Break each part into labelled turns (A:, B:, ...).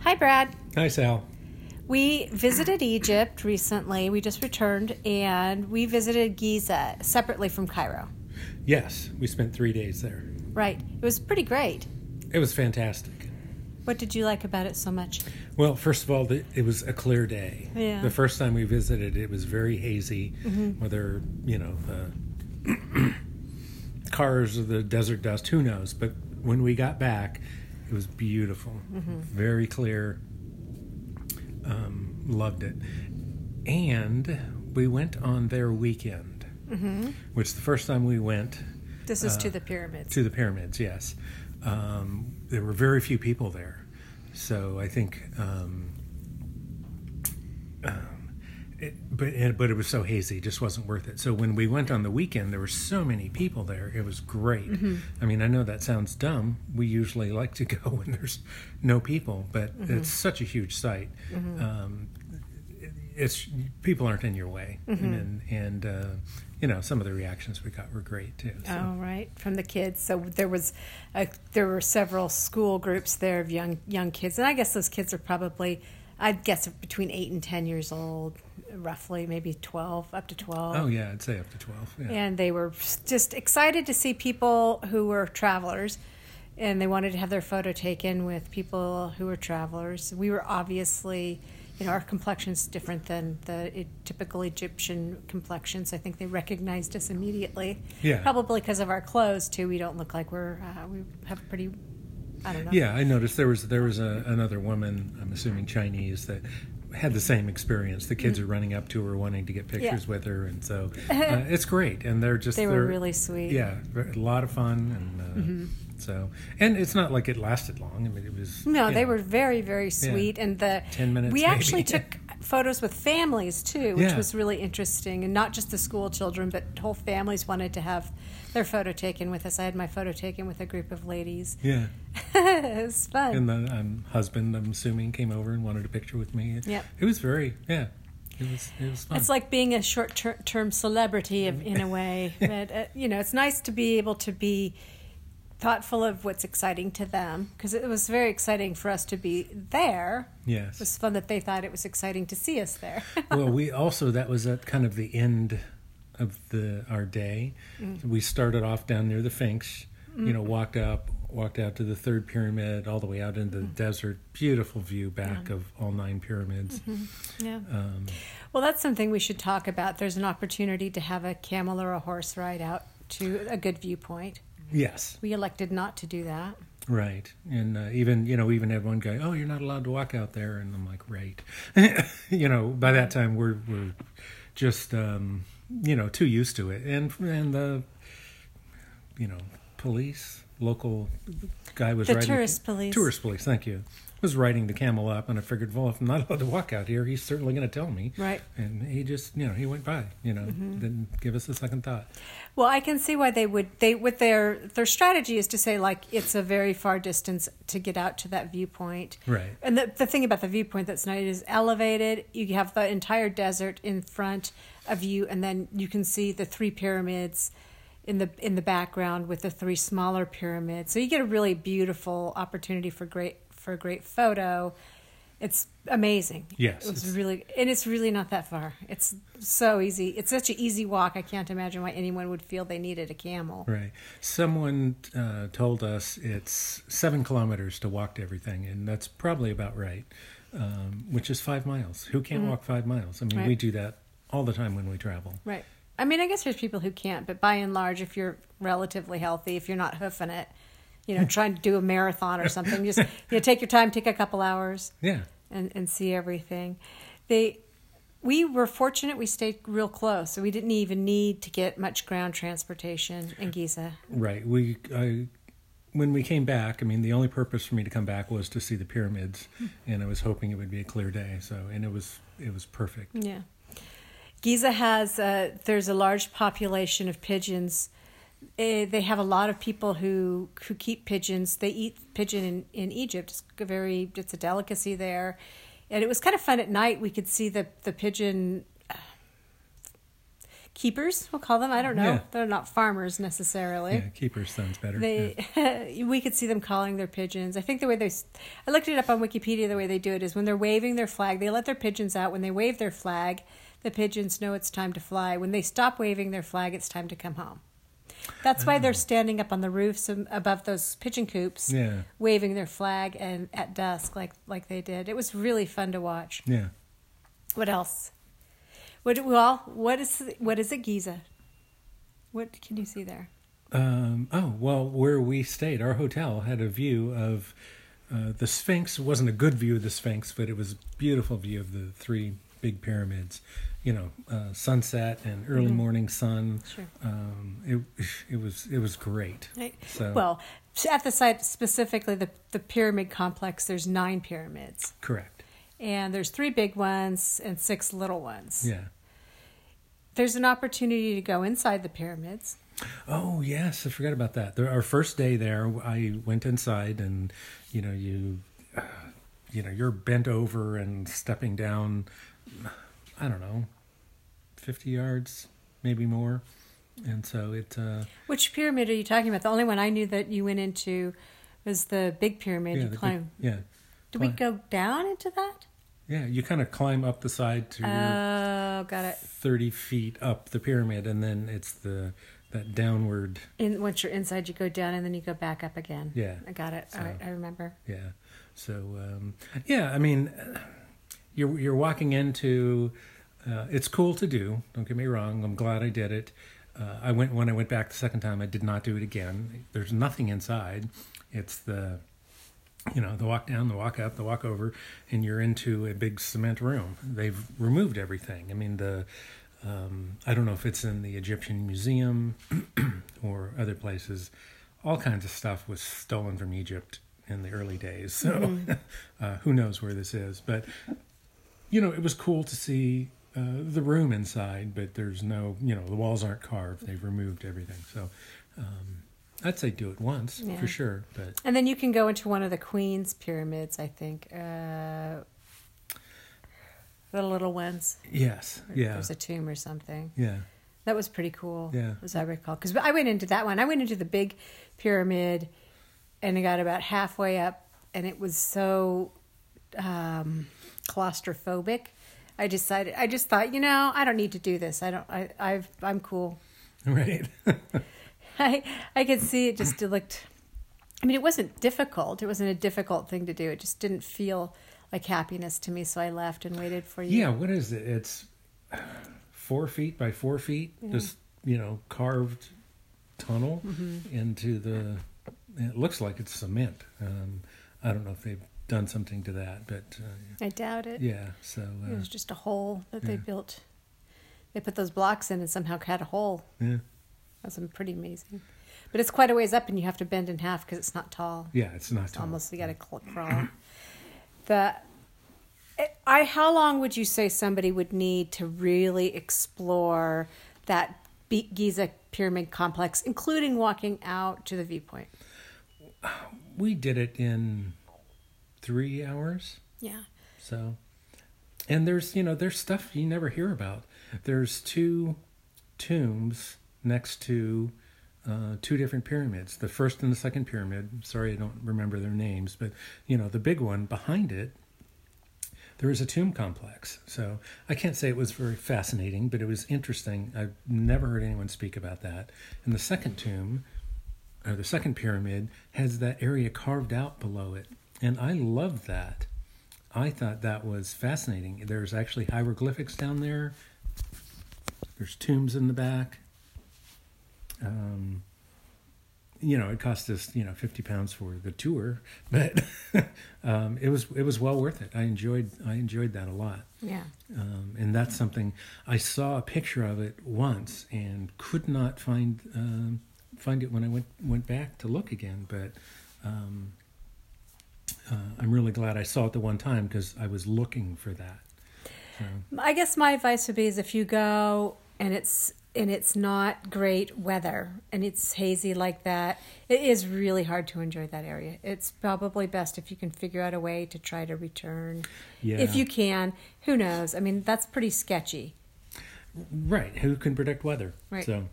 A: Hi, Brad.
B: Hi, Sal.
A: We visited Egypt recently. We just returned and we visited Giza separately from Cairo.
B: Yes, we spent three days there.
A: Right. It was pretty great.
B: It was fantastic.
A: What did you like about it so much?
B: Well, first of all, the, it was a clear day.
A: Yeah.
B: The first time we visited, it was very hazy, whether, you know, the cars or the desert dust, who knows? But when we got back, it was beautiful, very clear. Um, loved it. And we went on their weekend, which the first time we went,
A: This is to the pyramids.
B: to the pyramids, yes. Um, there were very few people there. So I think, um, um, it, but, and, but it was so hazy, it just wasn't worth it. So when we went on the weekend, there were so many people there. It was great.
A: Mm-hmm.
B: I mean, I know that sounds dumb. We usually like to go when there's no people, but
A: Mm-hmm.
B: it's such a huge site. Um, it's people aren't in your way,
A: Mm-hmm.
B: and and uh, you know some of the reactions we got were great too. So.
A: Oh, right, from the kids. So there was, a, there were several school groups there of young young kids, and I guess those kids are probably, I'd guess between eight and ten years old, roughly, maybe twelve, up to twelve.
B: Oh yeah, I'd say up to twelve. Yeah.
A: and they were just excited to see people who were travelers and they wanted to have their photo taken with people who were travelers we were obviously you know our complexion's different than the e- typical egyptian complexions i think they recognized us immediately
B: Yeah.
A: probably because of our clothes too we don't look like we're uh, we have pretty i don't know
B: Yeah, I noticed there was there was a, another woman, I'm assuming Chinese, that had the same experience. The
A: Mm-hmm.
B: kids are running up to her, wanting to get pictures with her, and so uh, it's great. And they're just
A: they were
B: they're-
A: really sweet
B: yeah, ver- a lot of fun, and uh, so and it's not like it lasted long. I mean, it was
A: No,
B: you
A: they
B: know,
A: were very, very sweet, and the
B: 10 minutes,
A: We
B: maybe.
A: actually took photos with families too, which
B: Yeah.
A: was really interesting, and not just the school children, but whole families wanted to have their photo taken with us. I had my photo taken with a group of ladies.
B: yeah.
A: it was fun.
B: And the um, husband, I'm assuming, came over and wanted a picture with me.
A: Yep.
B: it was very yeah, it was it was fun.
A: It's like being a short ter- term celebrity of, in a way. but, uh, you know, it's nice to be able to be thoughtful of what's exciting to them because it was very exciting for us to be there.
B: yes,
A: It was fun that they thought it was exciting to see us there.
B: well, we also that was at kind of the end of the our day. We started off down near the Sphinx, you know, walked up, walked out to the third pyramid, all the way out into the desert. Beautiful view back of all nine pyramids.
A: Yeah. well, that's something we should talk about. There's an opportunity to have a camel or a horse ride out to a good viewpoint.
B: Yes,
A: We elected not to do that.
B: right. And uh, even you know, we even had one guy, oh, you're not allowed to walk out there, and I'm like, right. you know, by that time we're we're just um, you know too used to it, and and the you know police local guy was
A: The
B: riding
A: tourist police.
B: Tourist police, thank you. Was riding the camel up, and I figured, well, if I'm not allowed to walk out here, he's certainly going to tell me.
A: Right. Mm-hmm.
B: And he just, you know, he went by, you know, didn't give us a second thought.
A: Well, I can see why they would. They with their their strategy is to say like it's a very far distance to get out to that viewpoint.
B: Right.
A: And the the thing about the viewpoint that's nice is elevated. You have the entire desert in front of you, and then you can see the three pyramids in the in the background with the three smaller pyramids. So you get a really beautiful opportunity for great for a great photo. It's amazing.
B: Yes,
A: It's
B: it's-
A: really and it's really not that far it's so easy it's such an easy walk i can't imagine why anyone would feel they needed a camel
B: Right. Someone uh, told us it's seven kilometers to walk to everything, and that's probably about right, um, which is five miles. Who can't walk five miles? I mean, we
A: Mm-hmm. Right.
B: do that all the time when we travel.
A: right i mean i guess there's people who can't but by and large if you're relatively healthy if you're not hoofing it you know trying to do a marathon or something just you know take your time take a couple hours
B: Yeah.
A: and, and see everything. They, we were fortunate we stayed real close, so we didn't even need to get much ground transportation in Giza.
B: Right. We I, when we came back, I mean, the only purpose for me to come back was to see the pyramids,
A: Hmm.
B: and I was hoping it would be a clear day. So, and it was it was perfect.
A: Yeah. Giza has uh, there's a large population of pigeons. Eh, They have a lot of people who who keep pigeons. They eat pigeon in, in Egypt. It's a very it's a delicacy there, and it was kind of fun at night. We could see the the pigeon uh, keepers. We'll call them. I don't know.
B: Yeah.
A: They're not farmers necessarily.
B: Yeah, keeper sounds better.
A: They, we could see them calling their pigeons. I think the way they, s- I looked it up on Wikipedia. The way they do it is when they're waving their flag, they let their pigeons out. When they wave their flag, the pigeons know it's time to fly. When they stop waving their flag, it's time to come home. That's why they're standing up on the roofs and above those pigeon coops,
B: Yeah.
A: waving their flag and at dusk, like like they did. It was really fun to watch.
B: yeah.
A: What else? What well? What is what is it? Giza. What can you see there?
B: Um, oh well, where we stayed, our hotel had a view of uh, the Sphinx. It wasn't a good view of the Sphinx, but it was a beautiful view of the three big pyramids. You know, uh, sunset and early morning sun.
A: Sure.
B: Um, it it was it was great.
A: Right.
B: So-
A: well, at the site specifically, the the pyramid complex. There's nine pyramids,
B: Correct.
A: and there's three big ones and six little ones.
B: Yeah.
A: There's an opportunity to go inside the pyramids.
B: Oh yes, I forgot about that. There, our first day there, I went inside, and you know you, uh, you know you're bent over and stepping down. I don't know, fifty yards, maybe more, and so it. Uh,
A: Which pyramid are you talking about? The only one I knew that you went into was the Big Pyramid.
B: yeah,
A: you
B: the big-
A: climb.
B: yeah,
A: Did we
B: climb.
A: go down into that?
B: yeah. You kind of climb up the side to
A: Oh, got it.
B: thirty feet up the pyramid, and then it's the that downward.
A: In, once you're inside, you go down and then you go back up again.
B: Yeah.
A: I got it. All right, I remember.
B: Yeah. So um, yeah, I mean, you're you're walking into. Uh, it's cool to do. Don't get me wrong. I'm glad I did it. Uh, I went when I went back the second time. I did not do it again. There's nothing inside. It's the you know the walk down the walk up the walk over and you're into a big cement room they've removed everything i mean the um, i don't know if it's in the egyptian museum or other places all kinds of stuff was stolen from egypt in the early days so uh, who knows where this is but you know it was cool to see uh, the room inside but there's no you know the walls aren't carved they've removed everything so um, i'd say do it once
A: Yeah.
B: for sure but
A: And then you can go into one of the Queen's pyramids, I think. Uh, the little ones.
B: yes yeah
A: There's a tomb or something.
B: Yeah,
A: That was pretty cool,
B: Yeah.
A: as I recall. Because I went into that one. I went into the big pyramid and I got about halfway up, and it was so um, claustrophobic. I decided, I just thought, you know, I don't need to do this. I don't, I, I've, I'm cool.
B: right.
A: I I could see it just it looked. I mean, it wasn't difficult. It wasn't a difficult thing to do. It just didn't feel like happiness to me. So I left and waited for you.
B: yeah, what is it? It's four feet by four feet, just you know, carved tunnel
A: Mm-hmm.
B: into the. It looks like it's cement. Um, I don't know if they've done something to that, but uh,
A: I doubt it.
B: yeah. So uh,
A: It was just a hole that they
B: Yeah.
A: built. They put those blocks in and somehow had a hole.
B: yeah,
A: That's pretty amazing. But it's quite a ways up, and you have to bend in half because it's not tall.
B: yeah, it's not
A: It's
B: tall.
A: almost you got to crawl. the I how long would you say somebody would need to really explore that Be- Giza pyramid complex, including walking out to the viewpoint?
B: We did it in three hours.
A: Yeah,
B: So, and there's you know there's stuff you never hear about. There's two tombs next to uh, two different pyramids. The first and the second pyramid. Sorry, I don't remember their names, but you know the big one behind it. There is a tomb complex. So I can't say it was very fascinating, but it was interesting. I've never heard anyone speak about that. And the second tomb, or uh, the second pyramid, has that area carved out below it. And I love that. I thought that was fascinating. There's actually hieroglyphics down there. There's tombs in the back. Um, you know, it cost us you know fifty pounds for the tour, but um, it was it was well worth it. I enjoyed I enjoyed that a lot.
A: yeah.
B: Um, and that's something I saw a picture of it once and could not find um, find it when I went went back to look again. But um, uh, I'm really glad I saw it the one time because I was looking for that. So,
A: I guess my advice would be is if you go and it's and it's not great weather and it's hazy like that, it is really hard to enjoy that area. It's probably best if you can figure out a way to try to return.
B: Yeah.
A: If you can, who knows? I mean, that's pretty sketchy.
B: Right. Who can predict weather?
A: Right.
B: So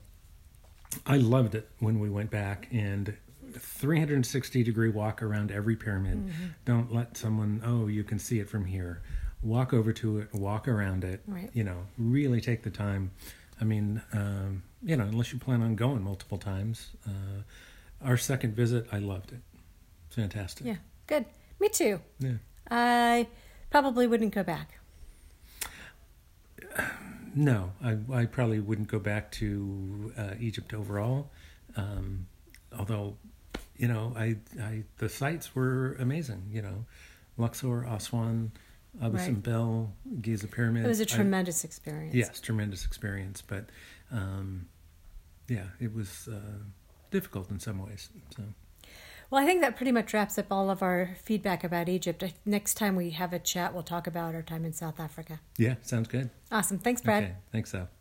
B: I loved it when we went back and 360 degree walk around every pyramid.
A: Mm-hmm.
B: Don't let someone, oh, you can see it from here. Walk over to it, walk around it.
A: Right.
B: You know, really take the time. I mean, um, you know, unless you plan on going multiple times. Uh, our second visit, I loved it. Fantastic.
A: Yeah, good. Me too.
B: Yeah.
A: I probably wouldn't go back.
B: No, I, I probably wouldn't go back to uh, Egypt overall. Um, although, you know, I, I the sites were amazing. You know, Luxor, Aswan, Abu
A: Right.
B: Simbel, Giza pyramids.
A: It was a
B: I-
A: tremendous experience.
B: yes, tremendous experience. But um, yeah, it was uh, difficult in some ways. So
A: Well, I think that pretty much wraps up all of our feedback about Egypt. I- Next time we have a chat, we'll talk about our time in South Africa.
B: yeah, sounds good.
A: Awesome. Thanks, Brad.
B: Okay, thanks, Seth.